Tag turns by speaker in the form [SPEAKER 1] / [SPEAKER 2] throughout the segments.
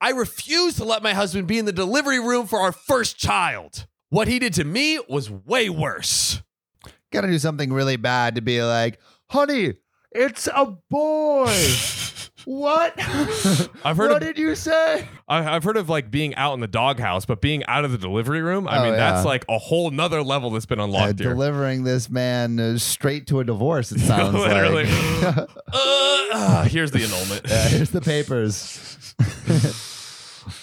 [SPEAKER 1] I refuse to let my husband be in the delivery room for our first child. What he did to me was way worse.
[SPEAKER 2] Gotta do something really bad to be like, honey, it's a boy. what?
[SPEAKER 3] I've heard
[SPEAKER 2] what
[SPEAKER 3] of,
[SPEAKER 2] did you say?
[SPEAKER 3] I- I've heard of like being out in the doghouse, but being out of the delivery room. I
[SPEAKER 2] Oh,
[SPEAKER 3] mean, that's
[SPEAKER 2] yeah.
[SPEAKER 3] like a whole nother level that's been
[SPEAKER 2] Uh,
[SPEAKER 3] unlocked here.
[SPEAKER 2] delivering this man uh, straight to a divorce, it sounds
[SPEAKER 3] Literally.
[SPEAKER 2] like.
[SPEAKER 3] Uh, ah, here's the annulment.
[SPEAKER 2] Yeah, here's the papers.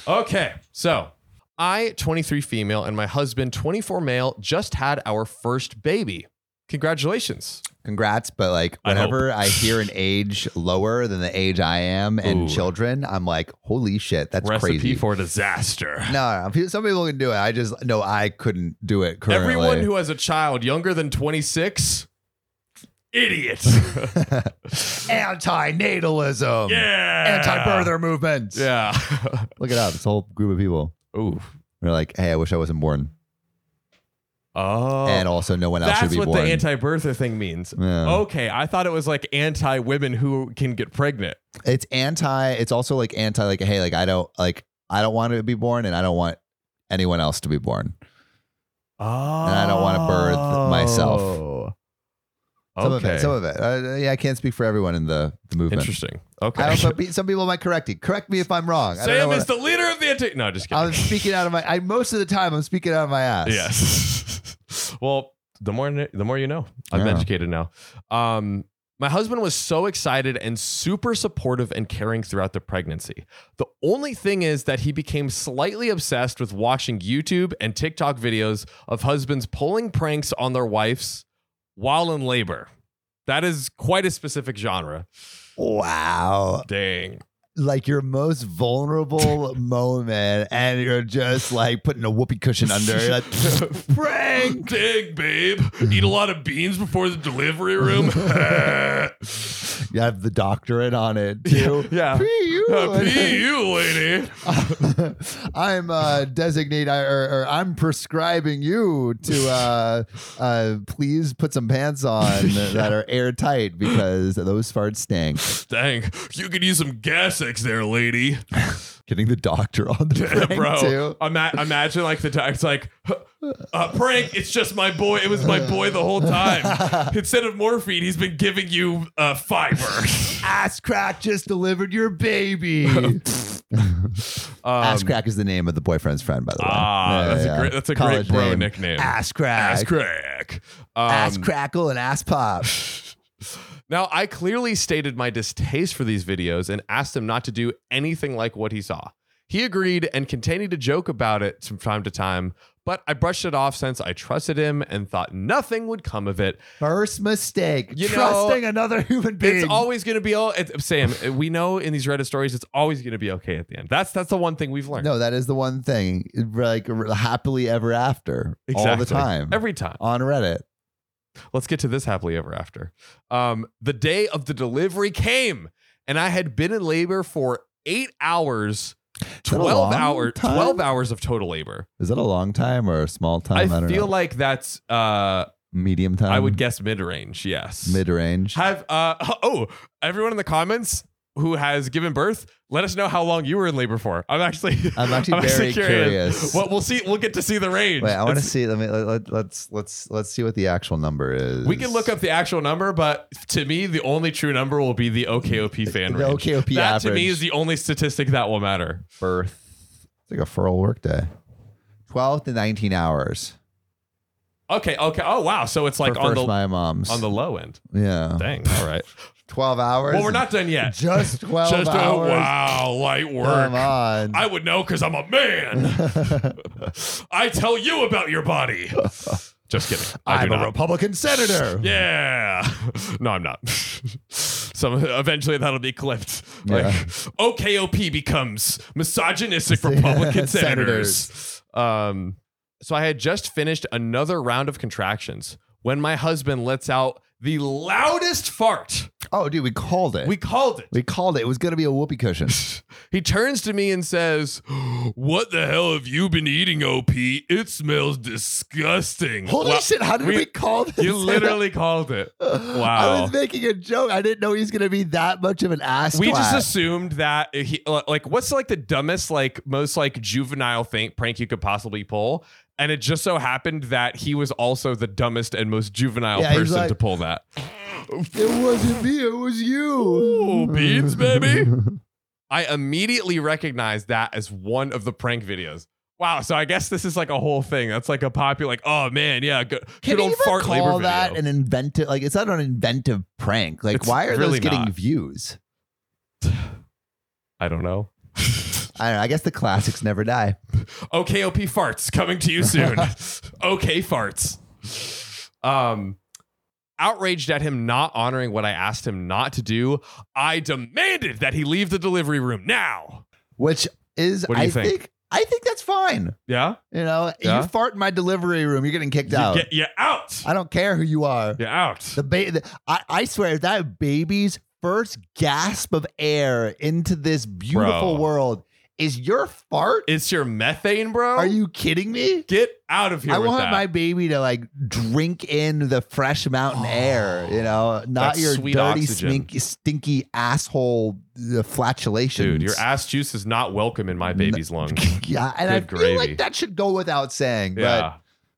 [SPEAKER 3] Okay, so I, 23 female, and my husband, 24 male, just had our first baby. Congratulations.
[SPEAKER 2] Congrats, but like
[SPEAKER 3] I hope.
[SPEAKER 2] whenever I, hear an age lower than the age I am
[SPEAKER 3] Ooh.
[SPEAKER 2] and children, I'm like, holy shit, that's
[SPEAKER 3] Recipe
[SPEAKER 2] crazy.
[SPEAKER 3] for disaster.
[SPEAKER 2] no, no, some people can do it. I just no, I couldn't do it currently.
[SPEAKER 3] Everyone who has a child younger than 26, idiot.
[SPEAKER 2] antinatalism,
[SPEAKER 3] yeah.
[SPEAKER 2] anti-birther movement.
[SPEAKER 3] Yeah.
[SPEAKER 2] Look it up. It's a whole group of people.
[SPEAKER 3] Ooh.
[SPEAKER 2] They're like, hey, I wish I wasn't born,
[SPEAKER 3] Oh.
[SPEAKER 2] and also no one else should
[SPEAKER 3] that's
[SPEAKER 2] be
[SPEAKER 3] what
[SPEAKER 2] born.
[SPEAKER 3] the Oh. anti-birther thing means.
[SPEAKER 2] Yeah.
[SPEAKER 3] Okay, I thought it was like anti-women who can get pregnant.
[SPEAKER 2] it's anti. It's also like anti. Like, hey, like I don't like I don't want to be born, and I don't want anyone else to be born.
[SPEAKER 3] Oh.
[SPEAKER 2] I don't wanna birth myself. Some of it. Some of it. Uh, yeah, I can't speak for everyone in the, the movement.
[SPEAKER 3] Interesting. Okay.
[SPEAKER 2] I also, some people might correct you. Correct me if I'm wrong. I don't know
[SPEAKER 3] Sam
[SPEAKER 2] what
[SPEAKER 3] is the leader of the anti. No, just
[SPEAKER 2] I,
[SPEAKER 3] kidding.
[SPEAKER 2] am speaking out of my. I most of the time I'm speaking out of my ass.
[SPEAKER 3] Yes. well, the more the more you know. I'm
[SPEAKER 2] Yeah.
[SPEAKER 3] educated now. Um, my husband was so excited and super supportive and caring throughout the pregnancy. The only thing is that he became slightly obsessed with watching YouTube and TikTok videos of husbands pulling pranks on their wives while in labor. That is quite a specific genre.
[SPEAKER 2] Wow.
[SPEAKER 3] Dang.
[SPEAKER 2] Like your most vulnerable moment, and you're just like putting a whoopee cushion under. You're like,
[SPEAKER 3] Prank! Dang, babe. Eat a lot of beans before the delivery room.
[SPEAKER 2] you have the doctorate on it too.
[SPEAKER 3] yeah. Uh,
[SPEAKER 2] Pee you.
[SPEAKER 3] you, lady.
[SPEAKER 2] I'm uh, designate or, or I'm prescribing you to uh, uh, please put some pants on that are airtight because those farts stink.
[SPEAKER 3] Dang, you could use some gas X there, lady.
[SPEAKER 2] Getting the doctor on the prank
[SPEAKER 3] Bro,
[SPEAKER 2] too.
[SPEAKER 3] ima- imagine like the time it's like, uh, prank, it's just my boy. It was my boy the whole time. Instead of morphine, he's been giving you uh, fiber.
[SPEAKER 2] Ass crack just delivered your baby.
[SPEAKER 3] Um,
[SPEAKER 2] Ass crack is the name of the boyfriend's friend, by the way.
[SPEAKER 3] Ah,
[SPEAKER 2] Yeah,
[SPEAKER 3] that's
[SPEAKER 2] yeah,
[SPEAKER 3] a
[SPEAKER 2] yeah.
[SPEAKER 3] great, that's a
[SPEAKER 2] College
[SPEAKER 3] great bro
[SPEAKER 2] name.
[SPEAKER 3] nickname.
[SPEAKER 2] Ass crack.
[SPEAKER 3] Ass crack. Um,
[SPEAKER 2] Ass crackle and ass pop.
[SPEAKER 3] Now, I clearly stated my distaste for these videos and asked him not to do anything like what he saw. He agreed and continued to joke about it from time to time, but I brushed it off since I trusted him and thought nothing would come of it.
[SPEAKER 2] First mistake.
[SPEAKER 3] You know,
[SPEAKER 2] trusting another human being.
[SPEAKER 3] It's always going to be all it- Sam. We know in these Reddit stories, it's always going to be okay at the end. That's that's the one thing we've learned.
[SPEAKER 2] No, that is the one thing. Like happily ever after, all the
[SPEAKER 3] Exactly.
[SPEAKER 2] time,
[SPEAKER 3] every time.
[SPEAKER 2] on Reddit.
[SPEAKER 3] Let's get to this happily ever after. Um, the day of the delivery came, and I had been in labor for eight hours,
[SPEAKER 2] that a
[SPEAKER 3] twelve
[SPEAKER 2] long
[SPEAKER 3] hours,
[SPEAKER 2] time?
[SPEAKER 3] twelve hours of total labor.
[SPEAKER 2] Is that a long time or a small
[SPEAKER 3] I,
[SPEAKER 2] time? I, don't
[SPEAKER 3] feel
[SPEAKER 2] know.
[SPEAKER 3] like that's uh
[SPEAKER 2] medium time.
[SPEAKER 3] I would guess mid range, yes.
[SPEAKER 2] mid range.
[SPEAKER 3] Have uh oh, everyone in the comments who has given birth, let us know how long you were in labor for. I'm actually
[SPEAKER 2] I'm actually very curious.
[SPEAKER 3] Well, we'll see we'll get to see the range.
[SPEAKER 2] Wait, I want to
[SPEAKER 3] It's-
[SPEAKER 2] see. Let me let, let, us let's let's see what the actual number is.
[SPEAKER 3] we can look up the actual number, but to me, the only true number will be the OKOP fan
[SPEAKER 2] The
[SPEAKER 3] range.
[SPEAKER 2] OKOP
[SPEAKER 3] that to me
[SPEAKER 2] average.
[SPEAKER 3] is the only statistic that will matter.
[SPEAKER 2] birth. It's like a furl workday. Twelve to nineteen hours.
[SPEAKER 3] Okay, okay. Oh wow, so it's like
[SPEAKER 2] for
[SPEAKER 3] on
[SPEAKER 2] first
[SPEAKER 3] the
[SPEAKER 2] my mom's.
[SPEAKER 3] on the low end.
[SPEAKER 2] yeah,
[SPEAKER 3] Dang. All right.
[SPEAKER 2] twelve hours.
[SPEAKER 3] Well, we're not done yet.
[SPEAKER 2] just twelve
[SPEAKER 3] Just a
[SPEAKER 2] hours. Oh,
[SPEAKER 3] wow, light work.
[SPEAKER 2] Come on.
[SPEAKER 3] I would know because I'm a man. I tell you about your body. Just kidding. I
[SPEAKER 2] I'm
[SPEAKER 3] do
[SPEAKER 2] a
[SPEAKER 3] not.
[SPEAKER 2] Republican senator.
[SPEAKER 3] yeah. No, I'm not. Some eventually that'll be clipped. Like
[SPEAKER 2] Yeah.
[SPEAKER 3] OKOP becomes misogynistic Republican senators. Um, so I had just finished another round of contractions when my husband lets out the loudest fart.
[SPEAKER 2] Oh, dude, we called it.
[SPEAKER 3] We called it.
[SPEAKER 2] we called it. It was gonna be a whoopee cushion.
[SPEAKER 3] He turns to me and says, What the hell have you been eating, OP? It smells disgusting.
[SPEAKER 2] Holy
[SPEAKER 3] Well,
[SPEAKER 2] shit! Uh, How did we,
[SPEAKER 3] we-
[SPEAKER 2] call this?
[SPEAKER 3] You literally called it.
[SPEAKER 2] I
[SPEAKER 3] Wow.
[SPEAKER 2] was making a joke. I didn't know he was gonna be that much of an ass.
[SPEAKER 3] We just
[SPEAKER 2] twat.
[SPEAKER 3] assumed that he uh, like what's like the dumbest like most like juvenile think prank you could possibly pull, and it just so happened that he was also the dumbest and most juvenile
[SPEAKER 2] Yeah, he's
[SPEAKER 3] person
[SPEAKER 2] like-
[SPEAKER 3] to pull that.
[SPEAKER 2] It wasn't me. It was you.
[SPEAKER 3] Ooh, beans, baby. I immediately recognized that as one of the prank videos. Wow, so I guess this is like a whole thing. That's like a popular, like, oh man, yeah, good,
[SPEAKER 2] Can
[SPEAKER 3] good
[SPEAKER 2] you
[SPEAKER 3] old
[SPEAKER 2] even
[SPEAKER 3] fart labor
[SPEAKER 2] call
[SPEAKER 3] video.
[SPEAKER 2] that an inventive? Like, it's not an inventive prank. Like,
[SPEAKER 3] It's
[SPEAKER 2] why are
[SPEAKER 3] really
[SPEAKER 2] those getting
[SPEAKER 3] not.
[SPEAKER 2] views?
[SPEAKER 3] I don't know.
[SPEAKER 2] I don't know. I guess the classics never die.
[SPEAKER 3] OKOP farts coming to you soon. okay farts. Um outraged at him not honoring what I asked him not to do, I demanded that he leave the delivery room now.
[SPEAKER 2] Which is,
[SPEAKER 3] What do you
[SPEAKER 2] I
[SPEAKER 3] think?
[SPEAKER 2] I think that's fine.
[SPEAKER 3] Yeah?
[SPEAKER 2] You know,
[SPEAKER 3] Yeah.
[SPEAKER 2] you fart in my delivery room, you're getting kicked out.
[SPEAKER 3] You get you out.
[SPEAKER 2] I don't care who you are.
[SPEAKER 3] You're out.
[SPEAKER 2] The ba- the, I, I swear that baby's first gasp of air into this beautiful
[SPEAKER 3] Bro.
[SPEAKER 2] world is your fart.
[SPEAKER 3] It's your methane, bro.
[SPEAKER 2] are you kidding me?
[SPEAKER 3] get out of here?
[SPEAKER 2] I
[SPEAKER 3] with
[SPEAKER 2] want
[SPEAKER 3] that.
[SPEAKER 2] my baby to like drink in the fresh mountain air, you know, not
[SPEAKER 3] That
[SPEAKER 2] your
[SPEAKER 3] Oh, sweet
[SPEAKER 2] dirty,
[SPEAKER 3] oxygen.
[SPEAKER 2] stinky, stinky asshole uh, flatulations.
[SPEAKER 3] dude. Your ass juice is not welcome in my baby's lungs.
[SPEAKER 2] Yeah, and I
[SPEAKER 3] Good
[SPEAKER 2] feel
[SPEAKER 3] gravy.
[SPEAKER 2] like that should go without saying, but
[SPEAKER 3] Yeah.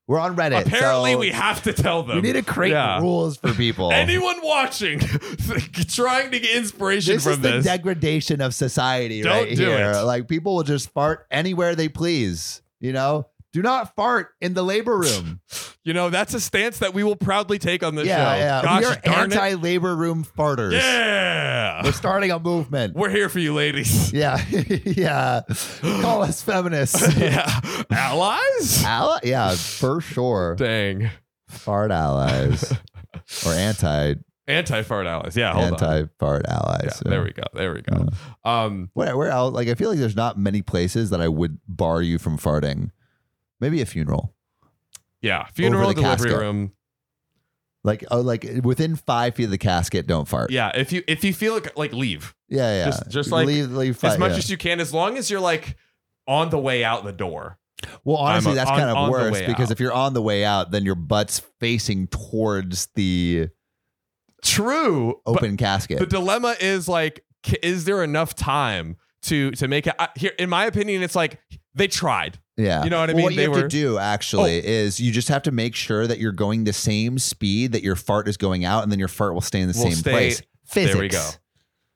[SPEAKER 2] we're on Reddit.
[SPEAKER 3] Apparently,
[SPEAKER 2] so
[SPEAKER 3] we have to tell
[SPEAKER 2] we
[SPEAKER 3] them.
[SPEAKER 2] need to create
[SPEAKER 3] Yeah.
[SPEAKER 2] rules for people.
[SPEAKER 3] Anyone watching, trying to get inspiration
[SPEAKER 2] this
[SPEAKER 3] from
[SPEAKER 2] is the
[SPEAKER 3] this,
[SPEAKER 2] degradation of society
[SPEAKER 3] Don't
[SPEAKER 2] right
[SPEAKER 3] do
[SPEAKER 2] here.
[SPEAKER 3] it.
[SPEAKER 2] Like people will just fart anywhere they please, you know? Do not fart in the labor room.
[SPEAKER 3] You know, that's a stance that we will proudly take on this
[SPEAKER 2] yeah,
[SPEAKER 3] show.
[SPEAKER 2] yeah.
[SPEAKER 3] Gosh
[SPEAKER 2] we are
[SPEAKER 3] darn it.
[SPEAKER 2] anti-labor room farters. We're
[SPEAKER 3] Yeah.
[SPEAKER 2] starting a movement.
[SPEAKER 3] We're here for you, ladies.
[SPEAKER 2] Yeah, yeah. Call us feminists.
[SPEAKER 3] yeah. Allies?
[SPEAKER 2] Ally? Yeah, for sure.
[SPEAKER 3] Dang.
[SPEAKER 2] Fart allies or anti
[SPEAKER 3] Anti fart allies. Yeah, hold on.
[SPEAKER 2] anti fart
[SPEAKER 3] Yeah,
[SPEAKER 2] allies.
[SPEAKER 3] There we go. There we go. Um,
[SPEAKER 2] Where where else? Like I feel like there's not many places that I would bar you from farting. Maybe a funeral.
[SPEAKER 3] yeah. Funeral
[SPEAKER 2] the
[SPEAKER 3] delivery
[SPEAKER 2] casket.
[SPEAKER 3] room.
[SPEAKER 2] Like oh, like within five feet of the casket, don't fart.
[SPEAKER 3] Yeah. If you if you feel like like leave.
[SPEAKER 2] yeah, yeah.
[SPEAKER 3] Just- just like
[SPEAKER 2] leave, leave
[SPEAKER 3] as
[SPEAKER 2] five-
[SPEAKER 3] much
[SPEAKER 2] Uh, yeah.
[SPEAKER 3] as you can, as long as you're like on the way out the door.
[SPEAKER 2] Well,
[SPEAKER 3] I'm
[SPEAKER 2] honestly,
[SPEAKER 3] a-
[SPEAKER 2] that's
[SPEAKER 3] on-
[SPEAKER 2] kind
[SPEAKER 3] on
[SPEAKER 2] of
[SPEAKER 3] the
[SPEAKER 2] worse
[SPEAKER 3] way
[SPEAKER 2] because
[SPEAKER 3] out.
[SPEAKER 2] if you're on the way out, then your butt's facing towards the
[SPEAKER 3] True. but
[SPEAKER 2] open casket.
[SPEAKER 3] the dilemma is like c- is there enough time to to make it I- here in my opinion it's like they tried
[SPEAKER 2] Yeah. Oh.
[SPEAKER 3] You know what I
[SPEAKER 2] Well,
[SPEAKER 3] mean?
[SPEAKER 2] you
[SPEAKER 3] They
[SPEAKER 2] have to
[SPEAKER 3] were-
[SPEAKER 2] do actually is you just have to make sure that you're going the same speed that your fart is going out, and then your fart will stay in the
[SPEAKER 3] Will
[SPEAKER 2] same
[SPEAKER 3] stay-
[SPEAKER 2] place. Physics.
[SPEAKER 3] There we go.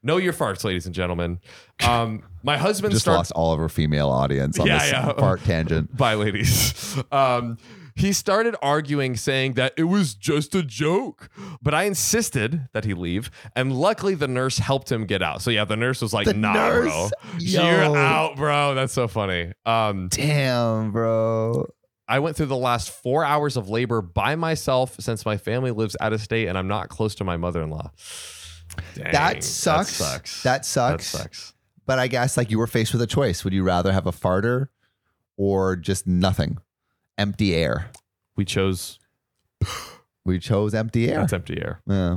[SPEAKER 3] Know your farts, ladies and gentlemen. Um, my husband
[SPEAKER 2] Just
[SPEAKER 3] starts
[SPEAKER 2] lost all of our female audience on
[SPEAKER 3] Yeah,
[SPEAKER 2] this
[SPEAKER 3] yeah.
[SPEAKER 2] fart tangent.
[SPEAKER 3] by ladies. Um, he started arguing, saying that it was just a joke, but I insisted that he leave. And luckily, the nurse helped him get out. So yeah, the nurse was like,
[SPEAKER 2] The
[SPEAKER 3] "Nah,
[SPEAKER 2] nurse?
[SPEAKER 3] bro,
[SPEAKER 2] Yo.
[SPEAKER 3] you're out, bro." That's so funny. Um,
[SPEAKER 2] Damn, bro.
[SPEAKER 3] I went through the last four hours of labor by myself since my family lives out of state and I'm not close to my mother-in-law. Dang,
[SPEAKER 2] that sucks.
[SPEAKER 3] That sucks.
[SPEAKER 2] That sucks.
[SPEAKER 3] That sucks.
[SPEAKER 2] But I guess like you were faced with a choice. Would you rather have a farter or just nothing? Empty air.
[SPEAKER 3] We chose
[SPEAKER 2] We chose empty air.
[SPEAKER 3] that's empty air.
[SPEAKER 2] Yeah.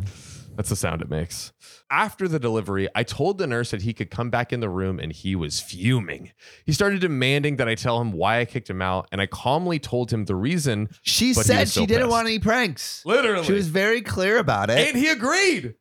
[SPEAKER 3] That's the sound it makes. After the delivery, I told the nurse that he could come back in the room and he was fuming. He started demanding that I tell him why I kicked him out, and I calmly told him the reason.
[SPEAKER 2] She
[SPEAKER 3] But he
[SPEAKER 2] said
[SPEAKER 3] was
[SPEAKER 2] she
[SPEAKER 3] so
[SPEAKER 2] didn't
[SPEAKER 3] pissed.
[SPEAKER 2] want any pranks.
[SPEAKER 3] Literally.
[SPEAKER 2] She was very clear about it.
[SPEAKER 3] and he agreed.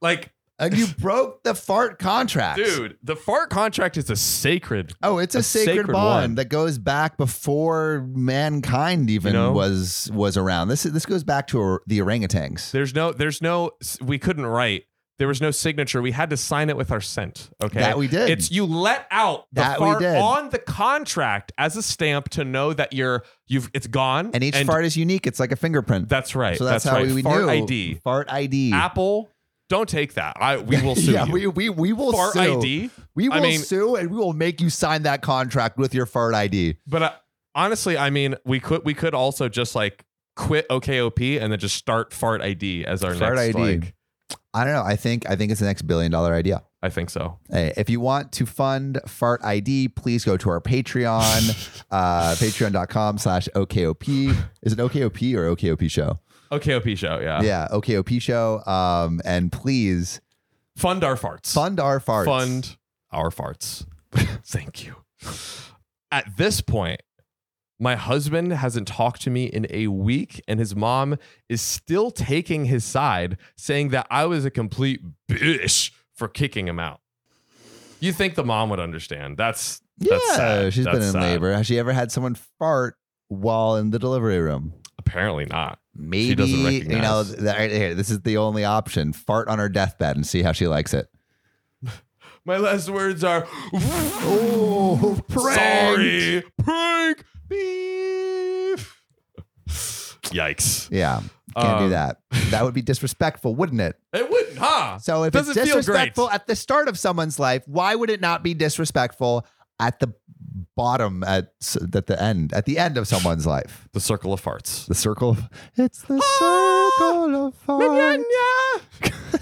[SPEAKER 3] Like,
[SPEAKER 2] And you broke the fart contract.
[SPEAKER 3] dude, the fart contract is a sacred.
[SPEAKER 2] Oh, it's a,
[SPEAKER 3] A
[SPEAKER 2] sacred,
[SPEAKER 3] sacred
[SPEAKER 2] bond
[SPEAKER 3] one.
[SPEAKER 2] that goes back before mankind even
[SPEAKER 3] You know?
[SPEAKER 2] was was around. This this goes back to or- the orangutans.
[SPEAKER 3] There's no, there's no, we couldn't write. There was no signature. We had to sign it with our scent. Okay.
[SPEAKER 2] That we did.
[SPEAKER 3] It's you let out the
[SPEAKER 2] That we
[SPEAKER 3] fart
[SPEAKER 2] did.
[SPEAKER 3] on the contract as a stamp to know that you're you've it's gone
[SPEAKER 2] and each fart is unique. It's like a fingerprint.
[SPEAKER 3] That's right.
[SPEAKER 2] so that's, how
[SPEAKER 3] right.
[SPEAKER 2] we
[SPEAKER 3] Fart
[SPEAKER 2] knew
[SPEAKER 3] ID.
[SPEAKER 2] Fart ID.
[SPEAKER 3] Apple, don't take that. I we will sue
[SPEAKER 2] yeah,
[SPEAKER 3] you.
[SPEAKER 2] we we we will
[SPEAKER 3] fart
[SPEAKER 2] sue.
[SPEAKER 3] ID.
[SPEAKER 2] We will
[SPEAKER 3] I mean-
[SPEAKER 2] sue, and we will make you sign that contract with your fart ID.
[SPEAKER 3] But uh, honestly, I mean, we could we could also just like quit OKOP and then just start Fart ID as our
[SPEAKER 2] Fart
[SPEAKER 3] next.
[SPEAKER 2] ID.
[SPEAKER 3] Like,
[SPEAKER 2] I don't know. I think I think it's the next billion dollar idea.
[SPEAKER 3] I think so.
[SPEAKER 2] Hey, if you want to fund Fart ID, please go to our Patreon, uh, patreon.com slash OKOP. Is it OKOP or OKOP show?
[SPEAKER 3] OKOP show. Yeah.
[SPEAKER 2] yeah, OKOP show. Um, and please
[SPEAKER 3] Fund our farts.
[SPEAKER 2] fund our farts.
[SPEAKER 3] Fund our farts. Thank you. At this point, my husband hasn't talked to me in a week, and his mom is still taking his side, saying that I was a complete bitch for kicking him out. You think the mom would understand? That's
[SPEAKER 2] Yeah,
[SPEAKER 3] that's sad.
[SPEAKER 2] she's been
[SPEAKER 3] That's
[SPEAKER 2] in
[SPEAKER 3] sad.
[SPEAKER 2] labor. Has she ever had someone fart while in the delivery room?
[SPEAKER 3] Apparently not.
[SPEAKER 2] Maybe
[SPEAKER 3] doesn't
[SPEAKER 2] you know.
[SPEAKER 3] recognize.
[SPEAKER 2] Th- th- here, this is the only option: fart on her deathbed and see how she likes it.
[SPEAKER 3] My last words are
[SPEAKER 2] Oh,
[SPEAKER 3] sorry, prank beef. Yikes!
[SPEAKER 2] Yeah, can't do
[SPEAKER 3] Um,
[SPEAKER 2] that. That would be disrespectful, wouldn't it?
[SPEAKER 3] It wouldn't, huh?
[SPEAKER 2] So if
[SPEAKER 3] Doesn't
[SPEAKER 2] it's
[SPEAKER 3] feel great.
[SPEAKER 2] disrespectful at the start of someone's life, why would it not be disrespectful at the bottom at s- at the end at the end of someone's life?
[SPEAKER 3] The circle of farts.
[SPEAKER 2] The circle. Of, it's the
[SPEAKER 3] Ah!
[SPEAKER 2] circle of fun.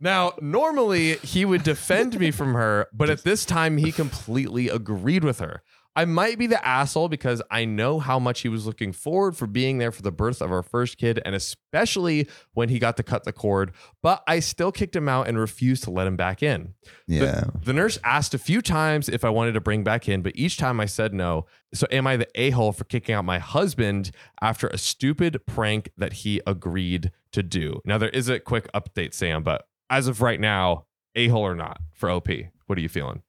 [SPEAKER 3] now, normally he would defend me from her, but at this time he completely agreed with her. I might be the asshole because I know how much he was looking forward for being there for the birth of our first kid, and especially when he got to cut the cord, but I still kicked him out and refused to let him back in. The-
[SPEAKER 2] Yeah.
[SPEAKER 3] The, nurse asked a few times if I wanted to bring back in, but each time I said no. So am I the a hole for kicking out my husband after a stupid prank that he agreed to do? Now there is a quick update, Sam, but as of right now, a hole or not for OP, what are you feeling?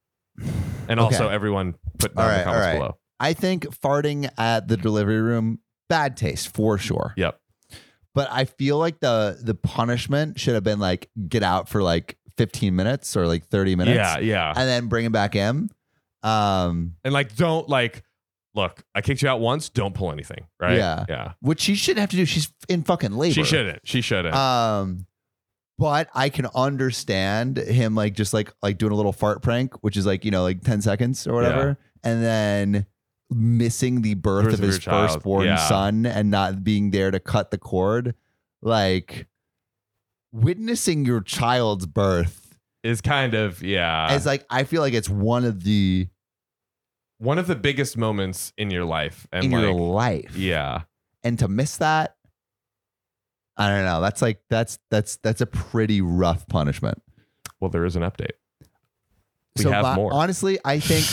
[SPEAKER 3] And also,
[SPEAKER 2] Okay.
[SPEAKER 3] everyone put down
[SPEAKER 2] All right,
[SPEAKER 3] the
[SPEAKER 2] all
[SPEAKER 3] comments
[SPEAKER 2] right.
[SPEAKER 3] below.
[SPEAKER 2] I think farting at the delivery room bad taste for sure.
[SPEAKER 3] Yep.
[SPEAKER 2] But I feel like the the punishment should have been like get out for like 15 minutes or like 30 minutes
[SPEAKER 3] Yeah, yeah.
[SPEAKER 2] and then bring him back in. Um
[SPEAKER 3] And like, don't like, look, I kicked you out once. Don't pull anything, right?
[SPEAKER 2] Yeah.
[SPEAKER 3] yeah.
[SPEAKER 2] which she shouldn't have to do. She's in fucking labor.
[SPEAKER 3] She shouldn't. She shouldn't.
[SPEAKER 2] Um but I can understand him like just like like doing a little fart prank, which is like, you know, like 10 seconds or whatever, and then missing the birth,
[SPEAKER 3] Birth
[SPEAKER 2] of
[SPEAKER 3] of
[SPEAKER 2] his
[SPEAKER 3] your child.
[SPEAKER 2] firstborn
[SPEAKER 3] Yeah.
[SPEAKER 2] son and not being there to cut the cord. Like witnessing your child's birth
[SPEAKER 3] is kind of yeah.
[SPEAKER 2] as like I feel like it's one of the
[SPEAKER 3] one of the biggest moments in your life and
[SPEAKER 2] in
[SPEAKER 3] like
[SPEAKER 2] your life.
[SPEAKER 3] yeah
[SPEAKER 2] and to miss that i don't know that's like that's that's that's a pretty rough punishment
[SPEAKER 3] well there is an update we
[SPEAKER 2] so
[SPEAKER 3] have
[SPEAKER 2] my-
[SPEAKER 3] more
[SPEAKER 2] honestly i think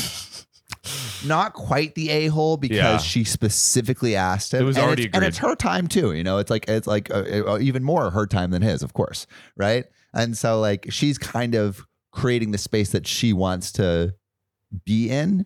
[SPEAKER 2] not quite the a-hole because
[SPEAKER 3] Yeah.
[SPEAKER 2] she specifically asked him
[SPEAKER 3] It was
[SPEAKER 2] and
[SPEAKER 3] already
[SPEAKER 2] it's, and
[SPEAKER 3] agreed.
[SPEAKER 2] it's her time too you know it's like it's like uh, uh, even more her time than his of course right and so like she's kind of creating the space that she wants to be in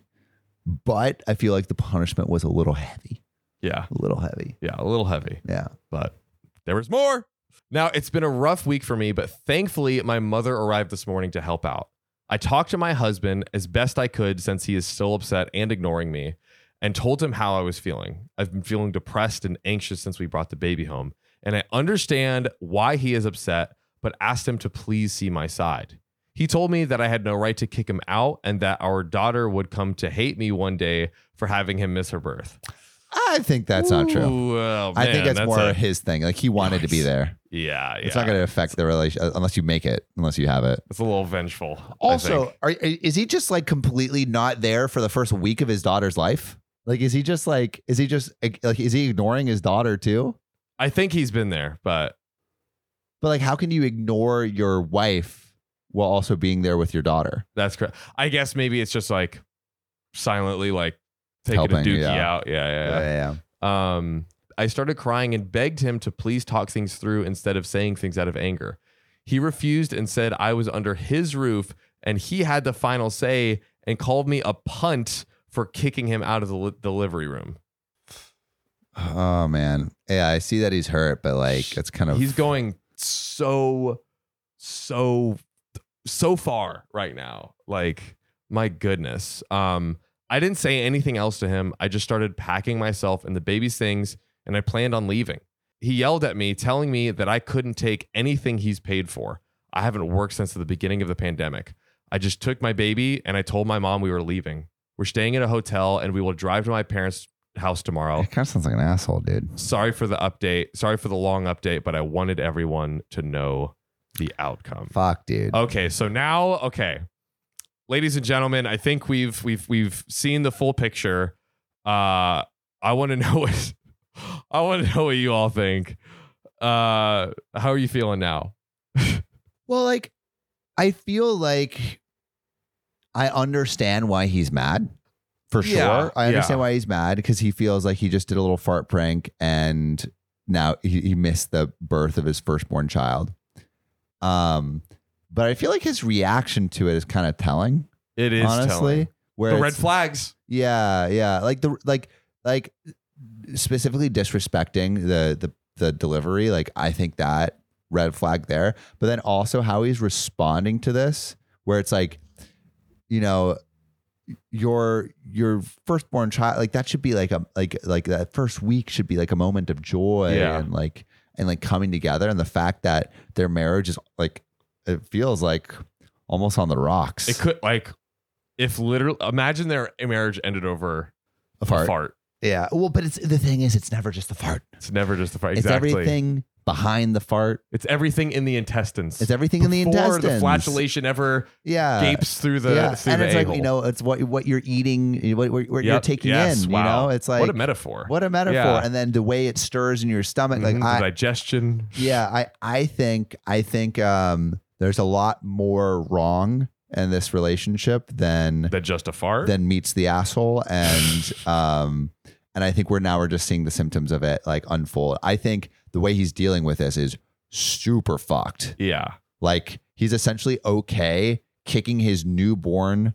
[SPEAKER 2] but i feel like the punishment was a little heavy
[SPEAKER 3] yeah
[SPEAKER 2] a little heavy
[SPEAKER 3] yeah a little heavy
[SPEAKER 2] yeah
[SPEAKER 3] but there was more now it's been a rough week for me but thankfully my mother arrived this morning to help out i talked to my husband as best i could since he is still upset and ignoring me and told him how i was feeling i've been feeling depressed and anxious since we brought the baby home and i understand why he is upset but asked him to please see my side He told me that I had no right to kick him out and that our daughter would come to hate me one day for having him miss her birth.
[SPEAKER 2] i think that's not true
[SPEAKER 3] Ooh, oh,
[SPEAKER 2] I think
[SPEAKER 3] man,
[SPEAKER 2] that's, more
[SPEAKER 3] a-
[SPEAKER 2] his thing. Like he wanted to be there.
[SPEAKER 3] yeah, yeah.
[SPEAKER 2] It's not going to affect the relation uh, unless you make it, unless you have it.
[SPEAKER 3] It's a little vengeful. I
[SPEAKER 2] Also,
[SPEAKER 3] think.
[SPEAKER 2] are, is he just like completely not there for the first week of his daughter's life? Like, is he just like, is he just like, is he ignoring his daughter too?
[SPEAKER 3] I think he's been there, but
[SPEAKER 2] But like, how can you ignore your wife while also being there with your daughter?
[SPEAKER 3] that's correct. I guess maybe it's just like silently, like taking a
[SPEAKER 2] Helping,
[SPEAKER 3] dookie
[SPEAKER 2] yeah.
[SPEAKER 3] out. Yeah, yeah, yeah.
[SPEAKER 2] yeah.
[SPEAKER 3] Um, I started crying and begged him to please talk things through instead of saying things out of anger. He refused and said I was under his roof and he had the final say and called me a punt for kicking him out of the li- delivery room.
[SPEAKER 2] Oh man. Yeah, I see that he's hurt, but like, it's kind of
[SPEAKER 3] He's going so, so, so far right now. Like, my goodness. Um, I didn't say anything else to him. I just started packing myself and the baby's things, and I planned on leaving. He yelled at me, telling me that I couldn't take anything he's paid for. I haven't worked since the beginning of the pandemic. I just took my baby and I told my mom we were leaving. We're staying at a hotel and we will drive to my parents' house tomorrow.
[SPEAKER 2] It kind of sounds like an asshole, dude.
[SPEAKER 3] Sorry for the update. Sorry for the long update, but I wanted everyone to know the outcome.
[SPEAKER 2] Fuck, dude.
[SPEAKER 3] Okay, so now, okay, ladies and gentlemen, I think we've we've we've seen the full picture. Uh, I want to know what I want to know what you all think. Uh, how are you feeling now?
[SPEAKER 2] Well, like I feel like I understand why he's mad. For sure.
[SPEAKER 3] Yeah,
[SPEAKER 2] I understand
[SPEAKER 3] yeah.
[SPEAKER 2] why he's mad because he feels like he just did a little fart prank and now he, he missed the birth of his firstborn child. Um but I feel like his reaction to it is kind of telling,
[SPEAKER 3] It is
[SPEAKER 2] honestly.
[SPEAKER 3] telling.
[SPEAKER 2] Where
[SPEAKER 3] the
[SPEAKER 2] it's-
[SPEAKER 3] red flags.
[SPEAKER 2] yeah, yeah. Like the like like specifically disrespecting the the the delivery. Like I think that red flag there. But then also how he's responding to this, where it's like, you know, your your firstborn child like that should be like a like like that first week should be like a moment of joy
[SPEAKER 3] Yeah.
[SPEAKER 2] and like and like coming together and the fact that their marriage is like it feels like almost on the rocks.
[SPEAKER 3] It could like if literally imagine their marriage ended over
[SPEAKER 2] a
[SPEAKER 3] a fart.
[SPEAKER 2] Yeah. Well, but it's the thing is, it's never just the fart.
[SPEAKER 3] It's never just a fart. Exactly.
[SPEAKER 2] It's everything behind the fart.
[SPEAKER 3] It's everything in the intestines.
[SPEAKER 2] It's everything in the
[SPEAKER 3] Before
[SPEAKER 2] intestines.
[SPEAKER 3] the flagellation ever
[SPEAKER 2] Yeah.
[SPEAKER 3] gapes through the
[SPEAKER 2] yeah.
[SPEAKER 3] through
[SPEAKER 2] and
[SPEAKER 3] the
[SPEAKER 2] it's like
[SPEAKER 3] a-hole.
[SPEAKER 2] you know, it's what what you're eating, what, what, what you're
[SPEAKER 3] Yep.
[SPEAKER 2] taking
[SPEAKER 3] Yes.
[SPEAKER 2] in.
[SPEAKER 3] Wow.
[SPEAKER 2] You know, it's like
[SPEAKER 3] what a metaphor.
[SPEAKER 2] what a metaphor.
[SPEAKER 3] Yeah.
[SPEAKER 2] And then the way it stirs in your stomach,
[SPEAKER 3] Mhm,
[SPEAKER 2] like
[SPEAKER 3] the
[SPEAKER 2] I,
[SPEAKER 3] digestion.
[SPEAKER 2] yeah, I I think I think um, there's a lot more wrong in this relationship than
[SPEAKER 3] That just a fart.
[SPEAKER 2] then meets the asshole and um and I think we're now we're just seeing the symptoms of it like unfold. I think the way he's dealing with this is super fucked.
[SPEAKER 3] yeah.
[SPEAKER 2] Like he's essentially okay kicking his newborn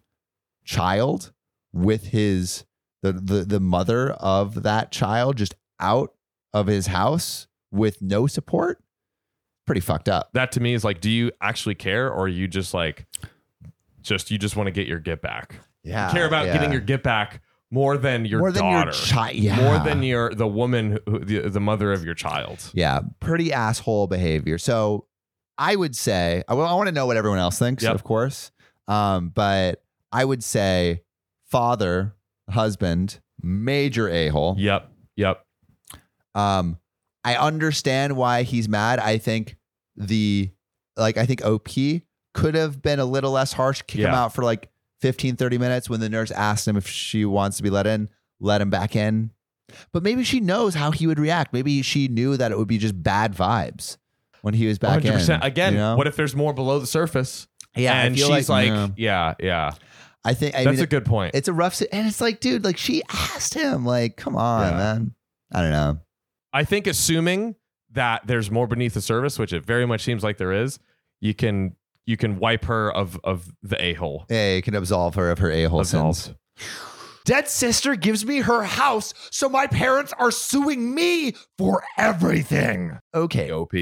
[SPEAKER 2] child with his the the, the mother of that child just out of his house with no support. Pretty fucked up.
[SPEAKER 3] That to me is like, do you actually care, or are you just like, just you just want to get your get back? You
[SPEAKER 2] Yeah.
[SPEAKER 3] care about
[SPEAKER 2] yeah.
[SPEAKER 3] getting your get back more than your
[SPEAKER 2] more than
[SPEAKER 3] daughter,
[SPEAKER 2] your child. Yeah.
[SPEAKER 3] more than your the woman, who, the, the mother of your child.
[SPEAKER 2] Yeah, pretty asshole behavior. So I would say, I, want to know what everyone else thinks,
[SPEAKER 3] Yep.
[SPEAKER 2] of course. Um, but I would say, father, husband, major a hole.
[SPEAKER 3] Yep. Yep.
[SPEAKER 2] Um, I understand why he's mad. I think the, like, I think OP could have been a little less harsh, kick him
[SPEAKER 3] Yeah.
[SPEAKER 2] out for like 15, 30 minutes when the nurse asked him if she wants to be let in, let him back in. But maybe she knows how he would react. Maybe she knew that it would be just bad vibes when he was back
[SPEAKER 3] 100%.
[SPEAKER 2] in.
[SPEAKER 3] Again,
[SPEAKER 2] you know?
[SPEAKER 3] what if there's more below the surface?
[SPEAKER 2] yeah,
[SPEAKER 3] and
[SPEAKER 2] I feel
[SPEAKER 3] she's like,
[SPEAKER 2] yeah.
[SPEAKER 3] yeah, yeah.
[SPEAKER 2] I think, I
[SPEAKER 3] That's
[SPEAKER 2] mean,
[SPEAKER 3] a good point.
[SPEAKER 2] it's a rough, si- and it's like, dude, like she asked him, like, come on,
[SPEAKER 3] Yeah.
[SPEAKER 2] man. I don't know.
[SPEAKER 3] I think assuming that there's more beneath the surface, which it very much seems like there is, you can you can wipe her of of the a hole.
[SPEAKER 2] Hey, it can absolve her of her a hole sins.
[SPEAKER 1] Dead sister gives me her house, so my parents are suing me for everything.
[SPEAKER 2] Okay,
[SPEAKER 3] OP.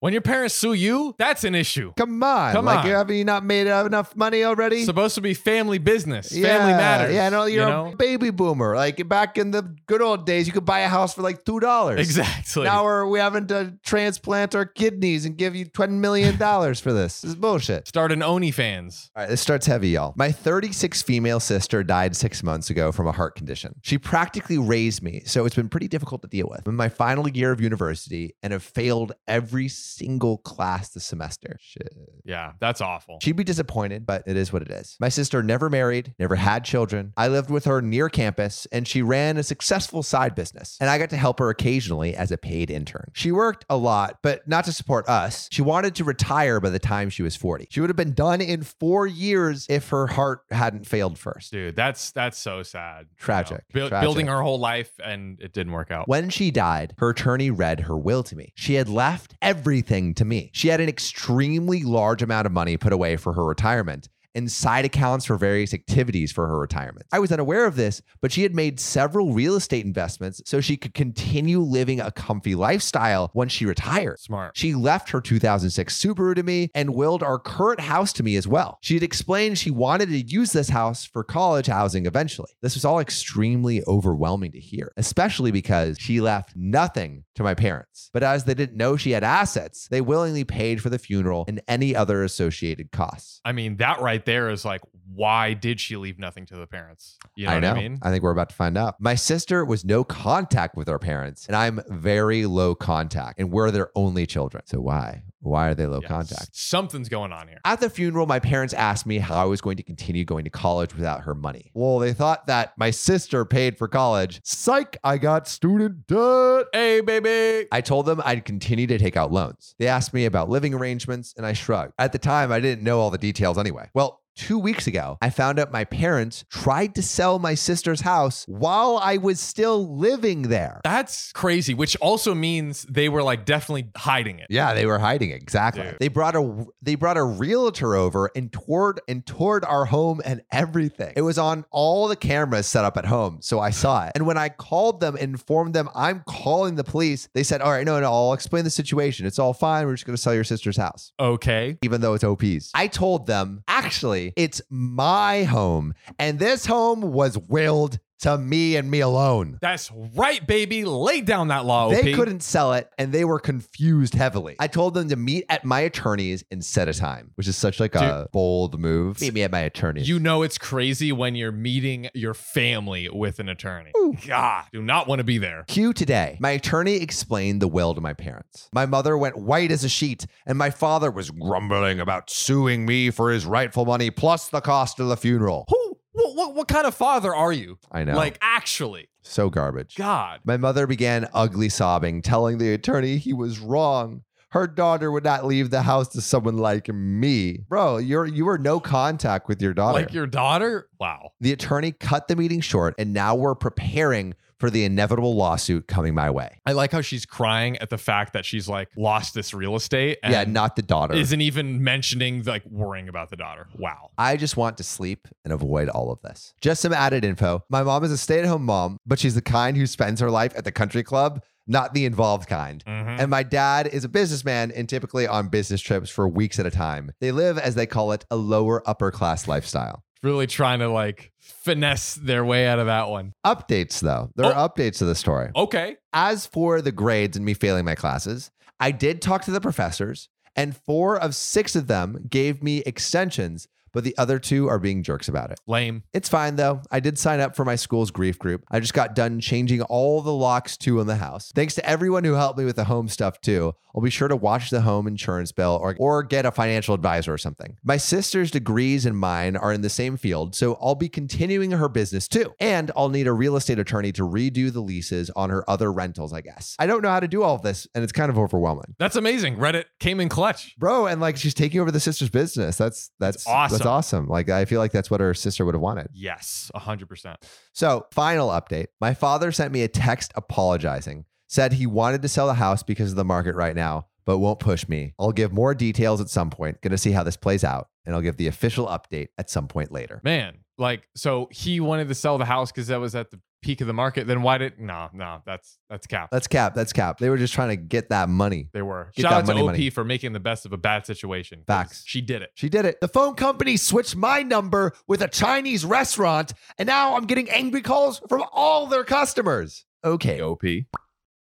[SPEAKER 3] When your parents sue you, that's an issue.
[SPEAKER 2] Come on.
[SPEAKER 3] Come
[SPEAKER 2] like,
[SPEAKER 3] on.
[SPEAKER 2] Have you not made enough money already?
[SPEAKER 3] It's supposed to be family business.
[SPEAKER 2] yeah,
[SPEAKER 3] family matters.
[SPEAKER 2] Yeah, no,
[SPEAKER 3] you
[SPEAKER 2] you're a
[SPEAKER 3] know?
[SPEAKER 2] baby boomer. Like back in the good old days, you could buy a house for like two dollars.
[SPEAKER 3] exactly.
[SPEAKER 2] Now we're we having to transplant our kidneys and give you ten million dollars for this. This is bullshit.
[SPEAKER 3] Start an Oni fans.
[SPEAKER 2] All right, this starts heavy, y'all. My 36 female sister died six months ago from a heart condition. She practically raised me, so it's been pretty difficult to deal with. I'm in my final year of university and have failed every single class this semester. Shit.
[SPEAKER 3] Yeah, that's awful.
[SPEAKER 2] She'd be disappointed, but it is what it is. My sister never married, never had children. I lived with her near campus, and she ran a successful side business. And I got to help her occasionally as a paid intern. She worked a lot, but not to support us. She wanted to retire by the time she was 40. She would have been done in four years if her heart hadn't failed first.
[SPEAKER 3] Dude, that's that's so sad. you know?
[SPEAKER 2] Tragic,
[SPEAKER 3] Bu-
[SPEAKER 2] tragic.
[SPEAKER 3] Building her whole life and it didn't work out.
[SPEAKER 2] When she died, her attorney read her will to me. She had left everything to me. She had an extremely large amount of money put away for her retirement and side accounts for various activities for her retirement. I was unaware of this, but she had made several real estate investments so she could continue living a comfy lifestyle when she retired.
[SPEAKER 3] Smart.
[SPEAKER 2] She left her 2006 Subaru to me and willed our current house to me as well. She had explained she wanted to use this house for college housing eventually. This was all extremely overwhelming to hear, especially because she left nothing to my parents. But as they didn't know she had assets, they willingly paid for the funeral and any other associated costs.
[SPEAKER 3] I mean, that right there is like, why did she leave nothing to the parents? You know,
[SPEAKER 2] I know.
[SPEAKER 3] what I mean?
[SPEAKER 2] think we're about to find out. My sister was no contact with her parents, and I'm very low contact, and we're their only children. So why? Why are they low
[SPEAKER 3] Yeah,
[SPEAKER 2] contact?
[SPEAKER 3] Something's going on here.
[SPEAKER 2] At the funeral, my parents asked me how I was going to continue going to college without her money. Well, they thought that my sister paid for college. Psych, I got student debt.
[SPEAKER 3] Hey, baby.
[SPEAKER 2] I told them I'd continue to take out loans. They asked me about living arrangements, and I shrugged. At the time, I didn't know all the details anyway. Well, Two weeks ago, I found out my parents tried to sell my sister's house while I was still living there.
[SPEAKER 3] That's crazy, which also means they were like definitely hiding it.
[SPEAKER 2] Yeah, they were hiding it. Exactly.
[SPEAKER 3] Dude.
[SPEAKER 2] They brought a they brought a realtor over and toured and toured our home and everything. It was on all the cameras set up at home, so I saw it. And when I called them and informed them I'm calling the police, they said, "All right, no, no, I'll explain the situation. It's all fine. We're just going to sell your sister's house."
[SPEAKER 3] Okay.
[SPEAKER 2] Even though it's OP's. I told them, actually, it's my home. And this home was willed to me and me alone.
[SPEAKER 3] That's right, baby. Lay down that law.
[SPEAKER 2] They
[SPEAKER 3] OP.
[SPEAKER 2] couldn't sell it and they were confused heavily. I told them to meet at my attorney's and set a time, which is such like a bold move. Meet me at my attorney's.
[SPEAKER 3] You know it's crazy when you're meeting your family with an attorney. God, do not want to be there.
[SPEAKER 2] Cue today. My attorney explained the will to my parents. My mother went white as a sheet, and my father was grumbling about suing me for his rightful money plus the cost of the funeral.
[SPEAKER 3] Who? What, what, what kind of father are you?
[SPEAKER 2] I know.
[SPEAKER 3] Like, actually,
[SPEAKER 2] so garbage.
[SPEAKER 3] God.
[SPEAKER 2] My mother began ugly sobbing, telling the attorney he was wrong. Her daughter would not leave the house to someone like me. Bro, you're you were no contact with your daughter.
[SPEAKER 3] Like your daughter? Wow.
[SPEAKER 2] the attorney cut the meeting short, and now we're preparing for the inevitable lawsuit coming my way.
[SPEAKER 3] I like how she's crying at the fact that she's like lost this real estate and
[SPEAKER 2] yeah, not the daughter.
[SPEAKER 3] isn't even mentioning like worrying about the daughter. Wow.
[SPEAKER 2] I just want to sleep and avoid all of this. Just some added info. My mom is a stay-at-home mom, but she's the kind who spends her life at the country club, not the involved kind.
[SPEAKER 3] Mhm.
[SPEAKER 2] And my dad is a businessman and typically on business trips for weeks at a time. They live, as they call it, a lower upper class lifestyle.
[SPEAKER 3] Really trying to like finesse their way out of that one.
[SPEAKER 2] Updates, though. There are updates to the story.
[SPEAKER 3] Okay.
[SPEAKER 2] As for the grades and me failing my classes, I did talk to the professors, and four of six of them gave me extensions, but the other two are being jerks about it.
[SPEAKER 3] Lame.
[SPEAKER 2] It's fine though. I did sign up for my school's grief group. I just got done changing all the locks too on the house. Thanks to everyone who helped me with the home stuff too. I'll be sure to watch the home insurance bill or or get a financial advisor or something. My sister's degrees and mine are in the same field, so I'll be continuing her business too. And I'll need a real estate attorney to redo the leases on her other rentals, I guess. I don't know how to do all of this and it's kind of overwhelming.
[SPEAKER 3] That's amazing. Reddit came in clutch.
[SPEAKER 2] Bro, and like she's taking over the sister's business. That's that's
[SPEAKER 3] awesome.
[SPEAKER 2] That's awesome. Like I feel like that's what her sister would have wanted.
[SPEAKER 3] Yes, 100%.
[SPEAKER 2] So, final update. My father sent me a text apologizing, said he wanted to sell the house because of the market right now, but won't push me. I'll give more details at some point. Gonna see how this plays out, and I'll give the official update at some point later.
[SPEAKER 3] Man, like, so he wanted to sell the house because that was at the peak of the market. Then why did, no, no, that's, that's cap.
[SPEAKER 2] That's cap. That's cap. They were just trying to get that money.
[SPEAKER 3] They were.
[SPEAKER 2] Get
[SPEAKER 3] Shout
[SPEAKER 2] that
[SPEAKER 3] out to
[SPEAKER 2] money,
[SPEAKER 3] OP
[SPEAKER 2] money.
[SPEAKER 3] for making the best of a bad situation. 'cause
[SPEAKER 2] Facts.
[SPEAKER 3] She did it.
[SPEAKER 2] She did it. The phone company switched my number with a Chinese restaurant, and now I'm getting angry calls from all their customers. Okay.
[SPEAKER 3] OP.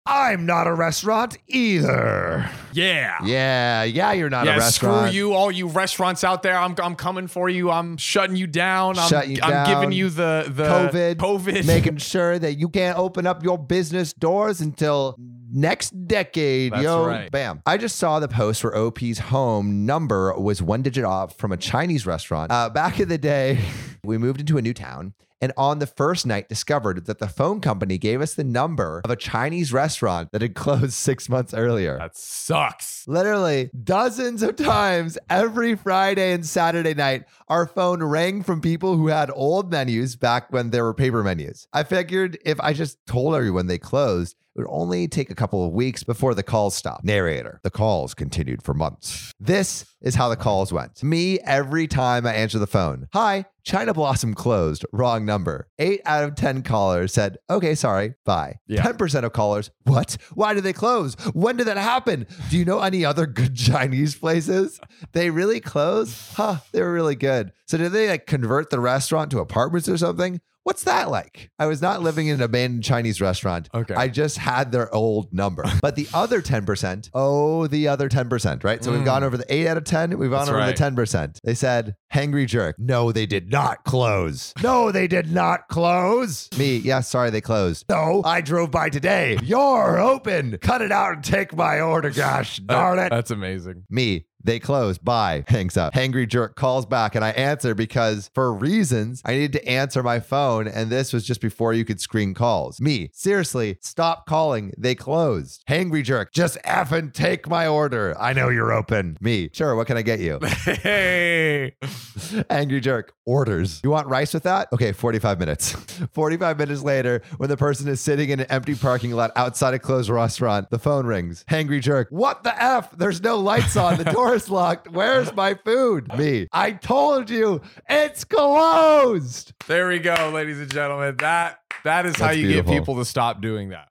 [SPEAKER 2] I'm not a restaurant either.
[SPEAKER 3] Yeah.
[SPEAKER 2] Yeah, yeah, you're not a
[SPEAKER 3] yeah,
[SPEAKER 2] restaurant.
[SPEAKER 3] screw you, all you restaurants out there. I'm, I'm coming for you. I'm shutting you down. I'm,
[SPEAKER 2] Shut you
[SPEAKER 3] I'm
[SPEAKER 2] down.
[SPEAKER 3] giving you the, the
[SPEAKER 2] COVID.
[SPEAKER 3] COVID.
[SPEAKER 2] making sure that you can't open up your business doors until next decade.
[SPEAKER 3] That's
[SPEAKER 2] yo,
[SPEAKER 3] right.
[SPEAKER 2] bam. I just saw the post where OP's home number was one digit off from a Chinese restaurant. Uh, back in the day, we moved into a new town. And on the first night, discovered that the phone company gave us the number of a Chinese restaurant that had closed six months earlier.
[SPEAKER 3] that sucks.
[SPEAKER 2] Literally dozens of times every Friday and Saturday night, our phone rang from people who had old menus back when there were paper menus. I figured if I just told everyone they closed, it would only take a couple of weeks before the calls stopped. Narrator, the calls continued for months. This is how the calls went. Me, every time I answer the phone, hi, China Blossom closed, wrong number. Eight out of 10 callers said, okay, sorry, bye.
[SPEAKER 3] Yeah.
[SPEAKER 2] 10% of callers, what? Why did they close? When did that happen? Do you know any other good Chinese places? They really closed? Huh, they were really good. So did they like convert the restaurant to apartments or something? What's that like? I was not living in an abandoned Chinese restaurant.
[SPEAKER 3] Okay.
[SPEAKER 2] I just had their old number. But the other 10%, oh, the other 10%, right? So
[SPEAKER 3] Mm.
[SPEAKER 2] we've gone over the 8 out of 10. We've gone
[SPEAKER 3] That's
[SPEAKER 2] over
[SPEAKER 3] right.
[SPEAKER 2] the 10%. They said, Hangry Jerk. No, they did not close. No, they did not close. Me, yeah, sorry, they closed. No, I drove by today. You're open. Cut it out and take my order. Gosh
[SPEAKER 3] Uh,
[SPEAKER 2] darn it.
[SPEAKER 3] That's amazing.
[SPEAKER 2] Me, they close. Bye. Hangs up. Hangry jerk calls back and I answer because for reasons I needed to answer my phone and this was just before you could screen calls. Me, seriously, stop calling. They closed. Hangry jerk, just effing take my order. I know you're open. Me, sure. What can I get you?
[SPEAKER 3] Hey.
[SPEAKER 2] Angry jerk orders. You want rice with that? Okay, 45 minutes. 45 minutes later, when the person is sitting in an empty parking lot outside a closed restaurant, the phone rings. Hangry jerk. What the F? There's no lights on. The door is locked. Where's my food? Me. I told you it's closed.
[SPEAKER 3] There we go, ladies and gentlemen. That that is how
[SPEAKER 2] That's
[SPEAKER 3] you get
[SPEAKER 2] beautiful.
[SPEAKER 3] people to stop doing that.